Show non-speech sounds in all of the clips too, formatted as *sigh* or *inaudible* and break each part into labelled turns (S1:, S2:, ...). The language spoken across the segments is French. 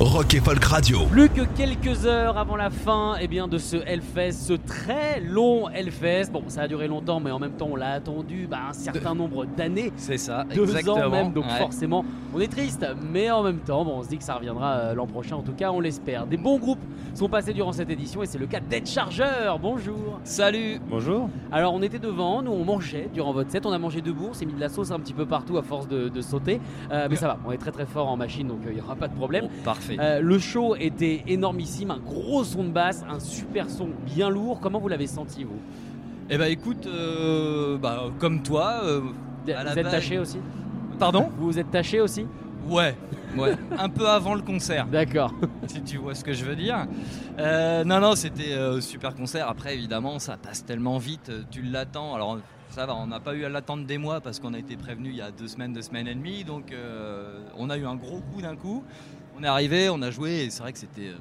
S1: Rock et Folk Radio.
S2: Plus que quelques heures avant la fin eh bien, de ce Hellfest, ce très long Hellfest. Bon, ça a duré longtemps, mais en même temps, on l'a attendu bah, un certain nombre d'années.
S3: C'est ça,
S2: Deux
S3: exactement.
S2: ans même, donc
S3: Ouais.
S2: forcément, on est triste, mais en même temps, bon, on se dit que ça reviendra euh, l'an prochain, en tout cas, on l'espère. Des bons groupes sont passés durant cette édition, et c'est le cas d'Ed Charger. Bonjour.
S3: Salut Bonjour
S2: Alors, on était devant, nous, on mangeait durant votre set, on a mangé debout, on s'est mis de la sauce un petit peu partout à force de, de sauter, Euh, mais ça va, on est très très fort en machine, donc euh, il n'y aura pas de problème.
S3: Parfait.
S2: Euh, le show était énormissime, un gros son de basse, un super son bien lourd. Comment vous l'avez senti vous
S3: Eh bah écoute, euh, bah, comme toi... euh,
S2: Vous
S3: à la
S2: êtes
S3: base-
S2: taché aussi
S3: Pardon
S2: Vous vous êtes taché aussi
S3: Ouais, ouais. un peu avant le concert,
S2: D'accord.
S3: *laughs* si tu vois ce que je veux dire. Euh, non, non, c'était euh, super concert. Après, évidemment, ça passe tellement vite, euh, tu l'attends. Alors, ça va, on n'a pas eu à l'attendre des mois parce qu'on a été prévenu il y a deux semaines, deux semaines et demie. Donc, euh, on a eu un gros coup d'un coup. On est arrivé, on a joué et c'est vrai que c'était... euh,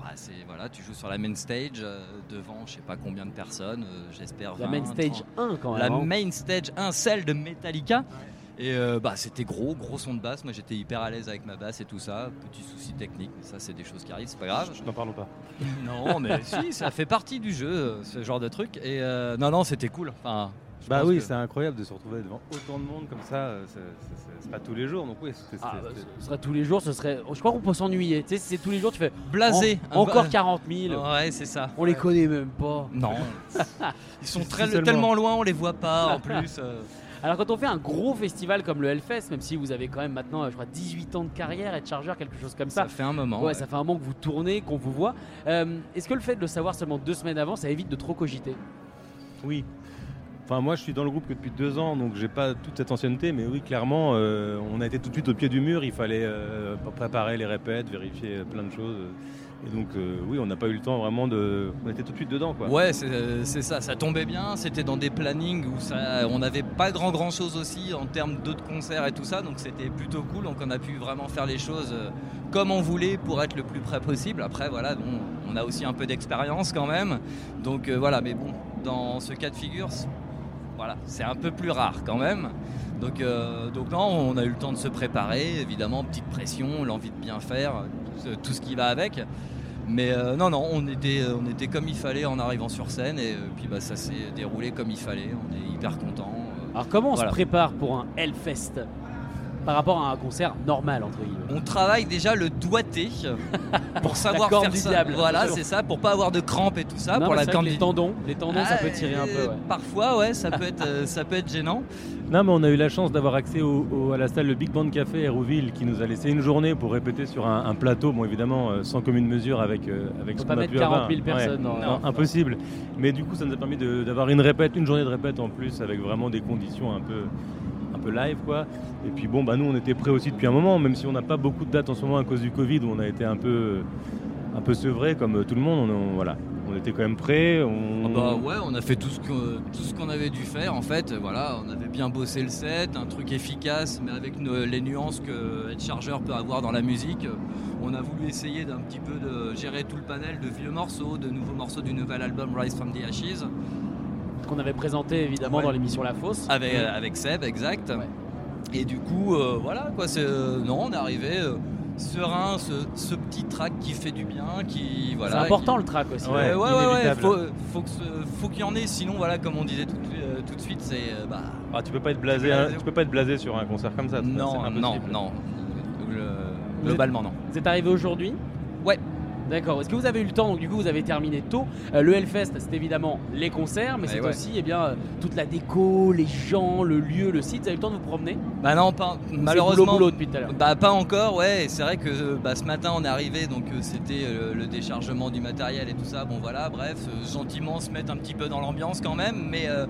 S3: bah, c'est- voilà, tu joues sur la main stage euh, devant je sais pas combien de personnes, euh, j'espère
S2: La
S3: 20,
S2: main
S3: 30.
S2: stage 1 quand même.
S3: la
S2: hein.
S3: main stage 1, celle de Metallica. Et euh, bah, c'était gros, gros son de basse. Moi j'étais hyper à l'aise avec ma basse et tout ça. Petit souci technique, mais ça c'est des choses qui arrivent, c'est pas grave.
S4: N'en parlons pas.
S3: *laughs* non, *laughs* mais si, ça fait partie du jeu, euh, ce genre de truc. Et euh, non, non, c'était cool. Enfin, je
S4: Bah
S3: pense
S4: oui,
S3: que-
S4: c'est incroyable de se retrouver devant autant de monde comme ça. euh, c'est- c'est- c'est- C'est pas tous les jours, donc oui. c'était-
S2: Ah, bah,
S4: c'était-
S2: ce serait tous les jours, ce serait. Je crois qu'on peut s'ennuyer. Tu sais, si c'est tous les jours, tu fais.
S3: blasé.
S2: en- encore
S3: Euh,
S2: 40 000.
S3: Ouais, c'est ça.
S2: On les connaît même pas. *laughs*
S3: Non. Ils sont
S4: Si
S3: très-
S4: seulement.
S3: tellement loin, on les voit pas en plus.
S2: *laughs*
S3: euh.
S2: Alors quand on fait un gros festival comme le Hellfest, même si vous avez quand même maintenant, euh, je crois, 18 ans de carrière et de chargeur, quelque chose comme ça.
S3: ça fait un moment.
S2: ouais,
S3: ouais.
S2: ça fait un moment que vous tournez, qu'on vous voit. Euh, Est-ce que le fait de le savoir seulement deux semaines avant, ça évite de trop cogiter
S4: Oui. Enfin, moi, je suis dans le groupe que depuis deux ans, donc j'ai pas toute cette ancienneté, mais oui, clairement, euh, on a été tout de suite au pied du mur. Il fallait euh, pr- préparer les répètes, vérifier euh, plein de choses. Et donc, euh, oui, on n'a pas eu le temps vraiment de. On était tout de suite dedans, quoi.
S3: Ouais, c'est euh, c'est ça, ça tombait bien, c'était dans des plannings où ça, on n'avait pas grand grand chose aussi en termes d'autres concerts et tout ça, donc c'était plutôt cool, donc on a pu vraiment faire les choses euh, comme on voulait pour être le plus près possible. Après voilà, bon, on a aussi un peu d'expérience quand même, donc euh, voilà, mais bon, dans ce cas de figure, c'est- voilà, c'est un peu plus rare quand même. Donc, euh, donc non, on a eu le temps de se préparer, évidemment, petite pression, l'envie de bien faire, tout ce- tout ce qui va avec. Mais euh, non, non, on était, euh, on était comme il fallait en arrivant sur scène et euh, puis bah, ça s'est déroulé comme il fallait. On est hyper euh. content.
S2: Alors comment on
S3: Voilà.
S2: se prépare pour un Hellfest par rapport à un concert normal entre guillemets
S3: On travaille déjà le doigté
S2: *laughs*
S3: pour savoir
S2: corne
S3: faire
S2: du
S3: ça.
S2: diable.
S3: Voilà,
S2: Toujours.
S3: c'est ça, pour pas avoir de crampes et tout ça.
S2: Non,
S3: Ah, pour
S2: mais
S3: la
S2: c'est vrai que
S3: candid-
S2: les tendons, les tendons ça peut tirer un peu.
S3: Euh,
S2: ouais.
S3: Parfois, ouais, ça peut être, euh, ça peut être gênant.
S4: Non, mais on a eu la chance d'avoir accès au- au- à la salle Le Big Band Café à Rouville qui nous a laissé une journée pour répéter sur un, un plateau, bon évidemment euh, sans commune mesure avec, euh, avec
S2: Faut
S4: ce
S2: pas
S4: qu'on a
S2: mettre
S4: pu avoir.
S2: 40 000 personnes, non, non.
S4: impossible. Mais du coup, ça nous a permis de- d'avoir une répète, une journée de répète en plus avec vraiment des conditions un peu un peu live quoi et puis bon bah nous on était prêts aussi depuis un moment même si on n'a pas beaucoup de dates en ce moment à cause du Covid où on a été un peu un peu sevré comme euh, tout le monde on, on- voilà on était quand même prêts on...
S3: Ah bah
S2: Mm.
S3: ouais, on a fait tout ce que- tout ce qu'on avait dû faire en fait. Voilà, on avait bien bossé le set, un truc efficace, mais avec nos- les nuances que être chargeur peut avoir dans la musique. On a voulu essayer d'un petit peu de gérer tout le panel de vieux morceaux, de nouveaux morceaux du nouvel album Rise from the Ashes
S2: Qu'on avait présenté évidemment
S3: Ouais. Ah,
S2: dans l'émission La Fosse.
S3: avec, avec Seb, exact.
S2: Ouais.
S3: Et du coup, euh, voilà quoi. C'est euh, non, on est arrivé euh, serein, ce, ce petit track qui fait du bien, qui voilà.
S2: c'est important
S3: qui-
S2: le track aussi.
S3: Ouais,
S4: Ouais,
S3: ouais, ouais,
S4: inévitable.
S3: Faut, faut que ce- faut qu'il y en ait. Sinon, voilà, comme on disait tout, euh, tout de suite, c'est euh, bah,
S4: Ah, tu peux pas être blasé
S3: Blasé.
S4: tu peux pas être blasé sur un concert comme ça c'est- c'est
S3: non,
S4: impossible.
S3: non, non. Le- globalement, non.
S2: Vous êtes arrivé aujourd'hui
S3: Ouais.
S2: D'accord. Est-ce que vous avez eu le temps Donc du coup vous avez terminé tôt. Euh, le Hellfest c'est évidemment les concerts, mais
S3: Mais
S2: c'est
S3: ouais.
S2: aussi eh bien euh, toute la déco, les gens, le lieu, le site. Vous avez eu le temps de vous promener
S3: Bah non, pas
S2: C'est boulot,
S3: malheureusement.
S2: boulot depuis tout à l'heure.
S3: Bah pas encore, ouais. Et C'est vrai que euh, bah, ce matin on est arrivé, donc euh, c'était euh, le déchargement du matériel et tout ça. Bon voilà, bref, euh, gentiment se mettre un petit peu dans l'ambiance quand même, mais euh,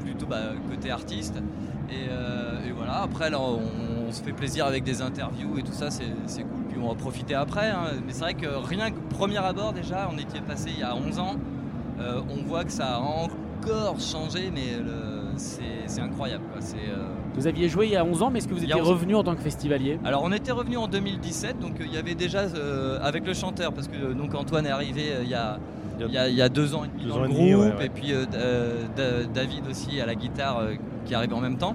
S3: plutôt bah, côté artiste. Et, euh, et voilà, après là on, on on se fait plaisir avec des interviews et tout ça, c'est c'est cool. Puis on va profiter après. hein. Mais c'est vrai que rien que premier abord, déjà, on était passé il y a 11 ans. euh, on voit que ça a encore changé, mais le- c'est c'est incroyable. quoi. C'est, euh,
S2: Vous aviez joué il y a 11 ans, mais est-ce que vous
S3: Il y a
S2: étiez
S3: 11 ans. Ah,
S2: revenu en tant que festivalier
S3: Alors on était revenu en 2017, donc euh, il y avait déjà euh, avec le chanteur, parce que euh, donc Antoine est arrivé euh, il y a il y a, il y a deux ans et demi
S4: Deux
S3: dans
S4: ans
S3: le
S4: et
S3: groupe,
S4: demi, ouais, ouais.
S3: et puis euh, euh, Da- David aussi à la guitare euh, qui arrive en même temps.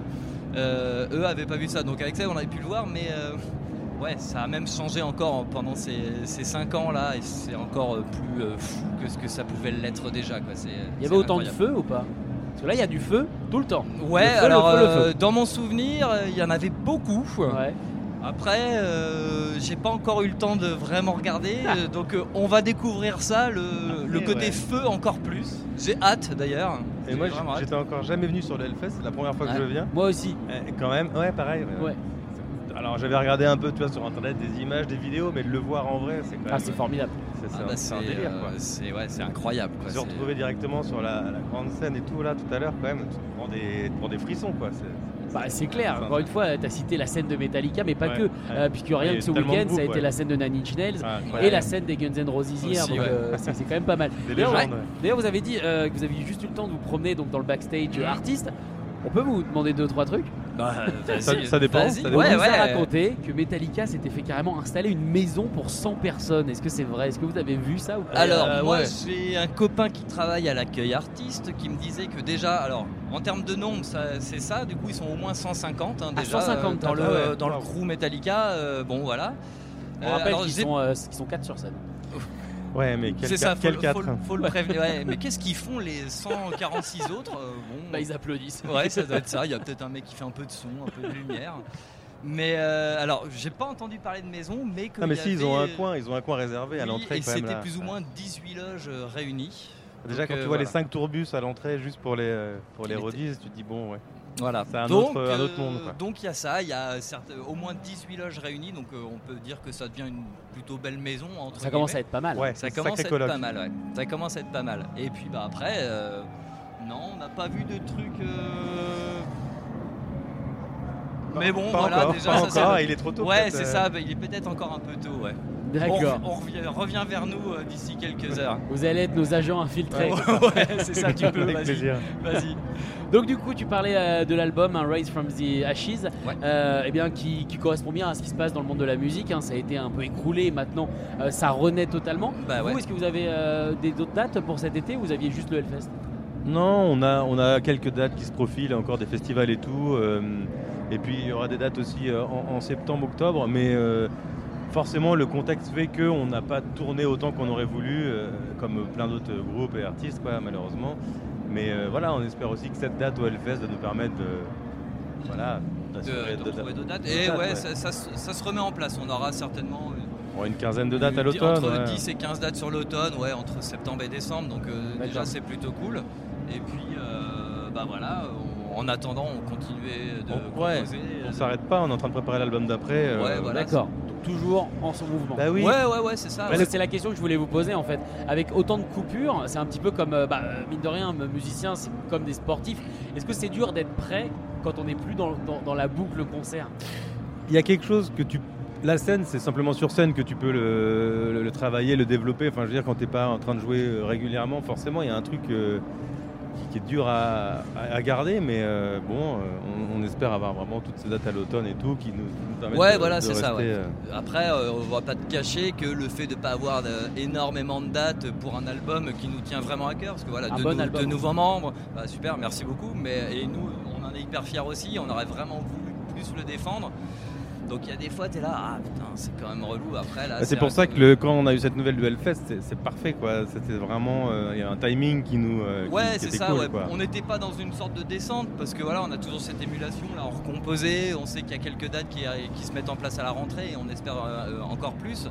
S3: Euh, eux avaient pas vu ça, donc avec ça on avait pu le voir, mais euh, ouais, ça a même changé encore pendant ces, ces cinq ans là, et c'est encore euh, plus euh, fou que ce que ça pouvait l'être déjà. Quoi. C'est-
S2: Il y
S3: c'est
S2: avait autant
S3: incroyable.
S2: de feu ou pas Parce que là, il y a du feu tout le temps.
S3: Ouais,
S2: Le feu, le
S3: alors
S2: feu, le feu.
S3: euh, dans mon souvenir, euh, il y en avait beaucoup.
S2: Ouais.
S3: Après, euh, j'ai pas encore eu le temps de vraiment regarder, euh, donc euh, on va découvrir ça, le, le côté
S5: Ah. ouais.
S3: feu encore plus. J'ai hâte d'ailleurs.
S5: Et
S3: J'ai
S5: moi,
S3: vraiment hâte.
S5: j'étais encore jamais venu sur le Hellfest, c'est la première fois que
S2: Ouais.
S5: je viens.
S2: Moi aussi.
S5: Eh, Quand même, ouais, pareil.
S3: Euh,
S5: ouais.
S2: Ouais.
S5: Alors j'avais regardé un peu, tu vois, sur internet des images, des vidéos, mais de le voir en vrai, c'est quand même.
S2: Ah, c'est formidable.
S5: c'est- c'est
S3: Ah
S5: un-
S3: bah,
S5: c'est un
S3: c'est,
S5: délire,
S3: euh,
S5: quoi.
S3: c'est- ouais, c'est incroyable. quoi,
S5: Se
S3: c'est-
S5: retrouver directement sur la, la grande scène et tout là tout à l'heure quand même, tu te prends des, pour des frissons quoi. c'est-
S2: Bah, c'est clair. Encore une fois, tu as cité la scène de Metallica, mais pas
S5: Ouais,
S2: que.
S5: ouais.
S2: Euh, puisque rien
S5: Il y
S2: que
S5: a
S2: ce
S5: tellement de
S2: week-end, ça a
S5: groupes,
S2: été
S5: ouais.
S2: la scène de Nanny Nails
S5: Ah,
S2: et
S5: incroyable.
S2: la scène des Guns N' Roses hier.
S3: Aussi,
S2: donc,
S3: ouais.
S2: euh, c'est c'est quand même pas mal.
S5: Des
S2: D'ailleurs,
S5: légendes.
S2: ouais.
S5: ouais.
S2: D'ailleurs, vous avez dit euh, que vous aviez juste eu le temps de vous promener donc dans le backstage euh, artiste. On peut vous demander deux trois trucs.
S3: Bah,
S5: *laughs*
S3: vas-y,
S5: Ça- ça dépend,
S3: vas-y.
S5: ça
S2: On
S5: dépend.
S3: Ouais,
S2: vous
S3: ouais.
S2: a raconté que Metallica s'était fait carrément installer une maison pour 100 personnes. Est-ce que c'est vrai Est-ce que vous avez vu ça ou pas
S3: Alors,
S2: Euh,
S3: moi,
S2: ouais.
S3: j'ai un copain qui travaille à l'accueil artiste qui me disait que déjà, alors, en termes de nombre, ça- c'est ça, du coup, ils sont au moins 150 hein,
S2: Ah,
S3: déjà
S2: 150,
S3: dans, le,
S5: ah ouais,
S3: dans le
S5: wow.
S3: crew Metallica. euh, bon, voilà.
S2: on
S3: Euh,
S2: rappelle
S3: alors,
S2: qu'ils
S3: j'ai-
S2: sont, euh, qu'ils sont 4 sur scène.
S5: Ouais, mais quel,
S3: C'est ça,
S5: quel
S3: faut, le-
S5: quatre hein.
S3: faut le- faut
S5: *laughs*
S3: le prévenir. Ouais, mais qu'est-ce qu'ils font les 146 autres Euh, bon,
S2: Bah, ils applaudissent.
S3: Ouais, ça doit être ça. Il y a peut-être un mec qui fait un peu de son, un peu de lumière. Mais euh, alors, j'ai pas entendu parler de maison, mais que.
S5: Non Ah, mais
S3: il y
S5: si ils ont un
S3: avait- euh,
S5: coin, ils ont un coin réservé à
S3: Oui,
S5: l'entrée
S3: Et
S5: quand même.
S3: c'était
S5: là.
S3: plus ou moins 18 loges euh, réunies.
S5: Déjà
S3: Donc,
S5: quand
S3: euh,
S5: tu vois
S3: voilà.
S5: les 5 tourbus à l'entrée juste pour les euh, pour
S3: Il
S5: les
S3: était-
S5: rodises, tu te dis bon ouais.
S3: Voilà.
S5: C'est un
S3: donc,
S5: autre- un autre monde,
S3: euh,
S5: quoi.
S3: donc il y a ça, il y a certes- au moins 18 loges réunies, donc euh, on peut dire que ça devient une plutôt belle maison. Entre
S2: Ça commence
S3: guillemets.
S2: à être pas mal.
S5: Ouais,
S3: Ça
S5: c'est
S3: commence
S5: sacré
S3: à être
S5: colloque.
S3: pas mal, ouais. Ça commence à être pas mal. Et puis bah après, euh, non, on n'a pas vu de truc. euh,
S5: Pas-
S3: Mais bon,
S5: pas
S3: voilà,
S5: encore,
S3: déjà,
S5: pas
S3: ça, c'est
S5: encore,
S3: le-
S5: il est trop tôt.
S3: Ouais,
S5: peut-être,
S3: c'est
S5: euh,
S3: ça, bah, il est peut-être encore un peu tôt, ouais. On,
S2: D'accord.
S3: rev- on revient, revient vers nous euh, d'ici quelques heures.
S2: Vous allez être nos agents
S3: *laughs*
S2: infiltrés.
S3: ouais, c'est ça, tu peux,
S5: Avec
S3: vas-y.
S5: plaisir.
S3: Vas-y.
S2: Donc du coup, tu parlais euh, de l'album hein, Rise from the Ashes,
S3: Ouais.
S2: euh, eh bien qui, qui correspond bien à ce qui se passe dans le monde de la musique. hein. Ça a été un peu écroulé, maintenant euh, ça renaît totalement.
S3: Bah ouais.
S2: Vous, est-ce que vous avez euh, des d'autres dates pour cet été ou vous aviez juste le Hellfest
S4: Non, on a, on a quelques dates qui se profilent, encore des festivals et tout. euh, et puis il y aura des dates aussi euh, en, en septembre, octobre. Mais euh, forcément, le contexte fait qu'on n'a pas tourné autant qu'on aurait voulu, euh, comme plein d'autres groupes et artistes, quoi, malheureusement. Mais euh, voilà, on espère aussi que cette date au Hellfest va nous permettre de. Voilà, d'assurer
S3: De, de
S4: de-
S3: retrouver d'autres dates.
S4: d'autres
S3: Et
S4: dates,
S3: ouais,
S4: ouais.
S3: ça, ça se- ça se remet en place. On aura certainement euh,
S4: on aura une quinzaine de dates à
S3: Dix-
S4: l'automne.
S3: Entre
S4: ouais.
S3: 10 et 15 dates sur l'automne, ouais, entre septembre et décembre. Donc euh,
S2: D'accord.
S3: déjà, c'est plutôt cool. Et puis, euh, bah voilà, on- en attendant, on continuait de euh,
S4: On- ouais,
S3: composer.
S4: On s'arrête pas, on est en train de préparer l'album d'après. euh,
S3: Ouais, voilà.
S2: D'accord. Eh ben, Donc, Toujours en son mouvement.
S4: Bah oui.
S3: Ouais, ouais, ouais, c'est ça.
S2: Parce
S3: ouais.
S2: que C'est la question que je voulais vous poser en fait. Avec autant de coupures, c'est un petit peu comme, euh, bah, euh, mine de rien, musicien, c'est comme des sportifs. Est-ce que c'est dur d'être prêt quand on n'est plus dans, dans- dans la boucle concert
S4: Il y a quelque chose que tu. La scène, c'est simplement sur scène que tu peux le, le- le travailler, le développer. Enfin, je veux dire, quand t'es pas en train de jouer euh, régulièrement, forcément, il y a un truc euh, qui, qui est dur à, à- à garder. Mais euh, bon, euh, on, on espère avoir vraiment toutes ces dates à l'automne et tout qui nous, nous permettent
S3: Ouais,
S4: de,
S3: voilà,
S4: de
S3: c'est ça,
S4: rester,
S3: ouais.
S4: euh,
S3: Après, euh, on va pas te cacher que le fait de pas avoir euh, énormément de dates pour un album qui nous tient vraiment à cœur, parce que voilà,
S2: Un
S3: de,
S2: bon
S3: nou-
S2: album.
S3: de nouveaux membres, bah, super, merci beaucoup. Mais et nous, on en est hyper fiers aussi. On aurait vraiment voulu plus le défendre. Donc il y a des fois, t'es là, ah putain, c'est quand même relou. Après là,
S4: Bah, c'est pour
S3: Ah, un
S4: ça
S3: peu-
S4: que le- quand on a eu cette nouvelle du Hellfest, c'est- c'est parfait, quoi. C'était vraiment. euh, Il y a un timing qui nous. euh, qui-
S3: Ouais,
S4: qui
S3: c'est
S4: était
S3: ça.
S4: cool,
S3: ouais.
S4: quoi.
S3: On n'était pas dans une sorte de descente parce que voilà, on a toujours cette émulation là, on recomposait. On sait qu'il y a quelques dates qui, euh, qui se mettent en place à la rentrée et on espère euh, euh, encore plus.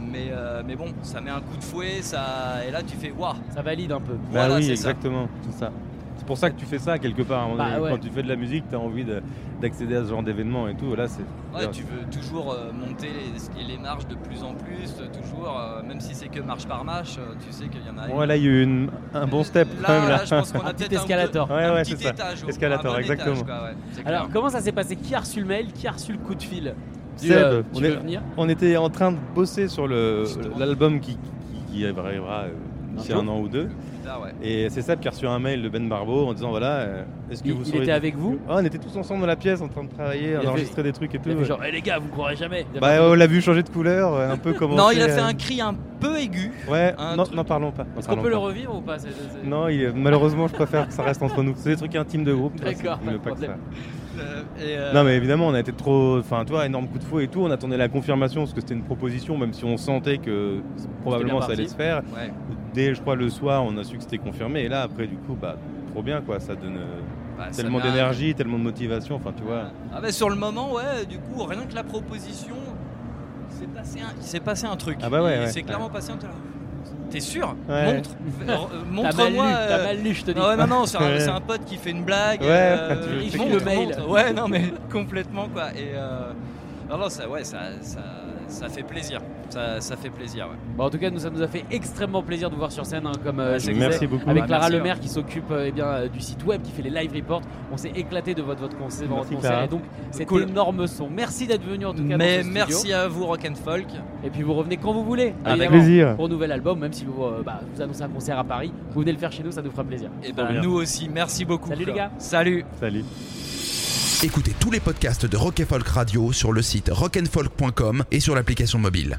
S3: Mais, euh, mais bon, ça met un coup de fouet, ça et là tu fais waouh.
S2: Ça valide un peu.
S4: Bah
S3: Voilà,
S4: oui,
S3: c'est ça.
S4: exactement, c'est ça. C'est pour ça que tu fais ça quelque part. à un moment
S2: Bah,
S4: donné.
S2: ouais.
S4: Quand tu fais de la musique, tu as envie de- d'accéder à ce genre d'événement et tout. Là, c'est.
S2: Ah
S3: Ouais, tu veux toujours euh, monter les, les marches de plus en plus, euh, toujours, euh, même si c'est que marche par marche, euh, tu sais qu'il y en a Euh,
S4: Ouais, là, il y a eu une- un bon step
S3: là,
S4: quand même. Là.
S3: là, je pense qu'on a
S2: Un petit
S3: peut-être un
S2: escalator.
S3: peu-
S4: *laughs* Ouais,
S3: un
S4: ouais,
S3: petit
S4: c'est ça.
S3: étage, au-
S4: Escalator,
S3: un bon étage,
S4: exactement.
S3: quoi, ouais, c'est clair.
S2: Alors, comment ça s'est passé Qui a reçu le mail Qui a reçu le coup de fil Du,
S4: Seb,
S2: euh,
S4: on
S2: tu
S4: est-
S2: veux venir
S4: On était en train de bosser sur le-
S3: Justement.
S4: l'album qui, qui, qui arrivera euh, d'ici
S2: Un
S4: un an ou deux.
S3: Plus tard, ouais.
S4: Et c'est Seb qui a reçu un mail de Ben Barbeau en disant voilà, euh, est-ce que
S2: Il-
S4: vous
S2: il
S4: seriez-
S2: était avec vous
S4: Ah, On était tous ensemble dans la pièce en train de travailler,
S2: avait-
S4: on enregistrait des trucs et tout.
S2: Il a fait
S4: ouais.
S2: genre, Eh, les gars, vous me croirez jamais. Il a fait-
S4: Bah, on l'a vu changer de couleur, euh,
S2: *laughs*
S4: un peu comme.
S3: Non, il a fait un cri un peu aigu.
S4: Ouais,
S3: un
S4: non,
S3: truc.
S4: n'en parlons pas. n'en
S2: Est-ce qu'on
S4: parlons
S2: peut le
S4: pas.
S2: revivre ou pas C'est- c'est-
S4: Non, il est- malheureusement, je préfère que ça reste entre nous. C'est des trucs intimes de groupe. tu vois,
S2: D'accord,
S4: c'est
S2: pas
S4: mieux
S2: de
S4: pas que ça.
S2: problème.
S3: euh, et, euh,
S4: Non, mais évidemment, on a été trop. Enfin, toi, énorme coup de fouet et tout. On attendait la confirmation parce que c'était une proposition, même si on sentait que probablement
S2: bien
S4: ça allait
S2: parti.
S4: se faire.
S3: ouais,
S4: Dès, je crois, le soir, on a su que c'était confirmé. Et là, après, du coup, bah, trop bien, quoi. Ça donne euh,
S3: bah, ça
S4: tellement
S3: m'a-
S4: d'énergie, tellement de motivation. Enfin, tu vois.
S3: Ah bah, sur le moment, ouais, du coup, rien que la proposition, il s'est passé un, il s'est passé un truc.
S4: Ah bah ouais,
S3: Il
S4: ouais,
S3: s'est
S4: ouais.
S3: clairement passé un truc. T'es sûr
S4: Ouais.
S3: Montre, euh,
S2: T'as mal,
S3: montre-moi.
S2: lu, t'as
S3: euh,
S2: mal lu, je te dis.
S3: Non, ouais, non, non, c'est un,
S4: Ouais.
S3: c'est un pote qui fait une blague.
S4: Ouais,
S3: euh,
S2: tu
S3: il
S2: fais
S3: montre,
S2: le mail.
S3: montre. Ouais, non, mais *laughs* complètement quoi. Et euh, non, non, ça, ouais, ça, ça, ça fait plaisir. Ça, ça fait plaisir. ouais.
S2: Bon, en tout cas, nous, ça nous a fait extrêmement plaisir de vous voir sur scène, hein, comme euh, je le
S4: Merci
S2: disais,
S4: beaucoup.
S2: Avec
S3: Ah,
S2: Clara
S3: merci,
S2: Lemaire qui s'occupe euh, eh bien, euh, du site web, qui fait les live reports. On s'est éclaté de votre, votre concert, de votre
S4: Merci,
S2: concert,
S4: Clara.
S2: et donc cet
S3: Cool.
S2: énorme son. Merci d'être venu en tout cas.
S3: Mais
S2: dans ce studio.
S3: merci à vous, Rock and Folk.
S2: Et puis vous revenez quand vous voulez.
S4: Avec
S2: évidemment,
S4: plaisir.
S2: Pour un nouvel album, même si vous, euh, bah, vous annoncez un concert à Paris, vous venez le faire chez nous, ça nous fera plaisir.
S3: Et ben
S4: bien.
S3: nous aussi, merci beaucoup.
S2: Salut, les gars.
S3: Salut.
S4: Salut.
S1: Écoutez tous les podcasts de Rock and Folk Radio sur le site rockandfolk.com et sur l'application mobile.